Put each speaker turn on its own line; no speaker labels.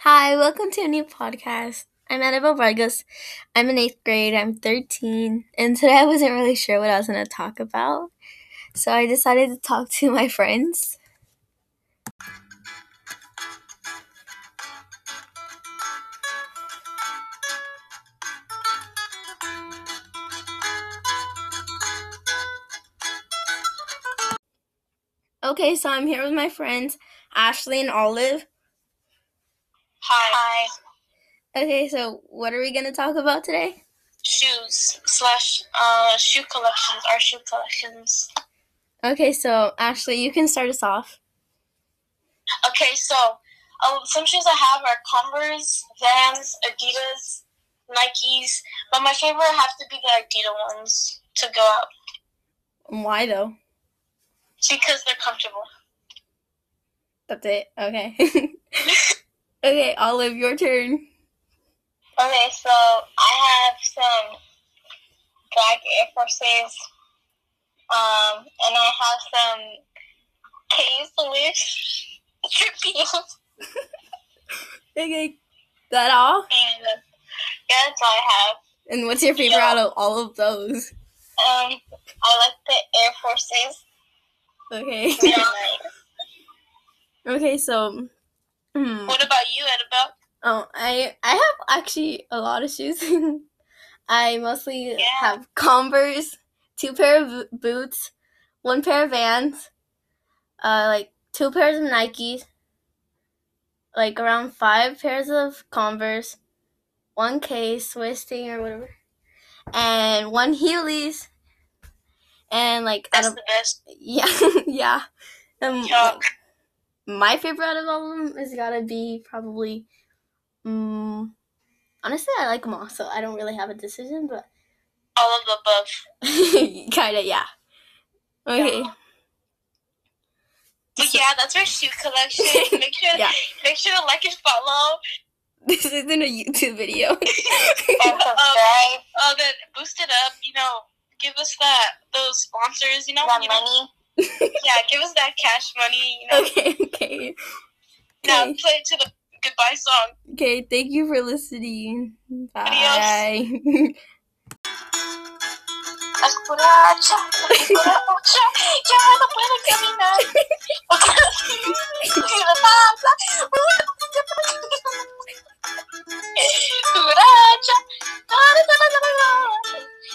Hi, welcome to a new podcast. I'm Annabelle Vargas. I'm in eighth grade. I'm 13. And today I wasn't really sure what I was going to talk about. So I decided to talk to my friends. Okay, so I'm here with my friends, Ashley and Olive.
Hi.
Okay, so what are we going to talk about today?
Shoes slash uh shoe collections. Our shoe collections.
Okay, so Ashley, you can start us off.
Okay, so um, some shoes I have are Converse, Vans, Adidas, Nikes, but my favorite have to be the Adidas ones to go out
Why though?
because they're comfortable.
That's it. Okay. okay, Olive, your turn.
Okay, so I have some black Air Forces, um, and I have some K's with trippy.
Okay, that all?
And uh, yeah, that's all I have.
And what's your favorite out of all of those?
Um, I like the Air Forces.
Okay.
They're nice.
Okay, so hmm.
what about you, Annabelle?
oh, I I have actually a lot of shoes. I mostly
Yeah.
have Converse, two pair of bo- boots, one pair of Vans, uh, like two pairs of Nikes, like around five pairs of Converse, one K Swiss thing or whatever, and one Heelys, and like out
That's
of
the best.
yeah yeah, um,
Yeah.
like, my favorite out of all of them is gotta be probably Mm, honestly, I like them all, so I don't really have a decision, but
All of the above.
kind of, yeah. Okay.
But
So-
yeah, that's our shoe collection. Make sure,
Yeah.
make sure to like and follow.
This isn't a YouTube video.
Um, uh, then boost it up. You know, give us that those sponsors. You know, you know- yeah, give us that cash money. You know,
okay, okay.
now
Okay.
play to the goodbye song.
Okay, thank you for listening. Bye.
Adios. Escucha, escucha, ya no puedo caminar. Si me habla,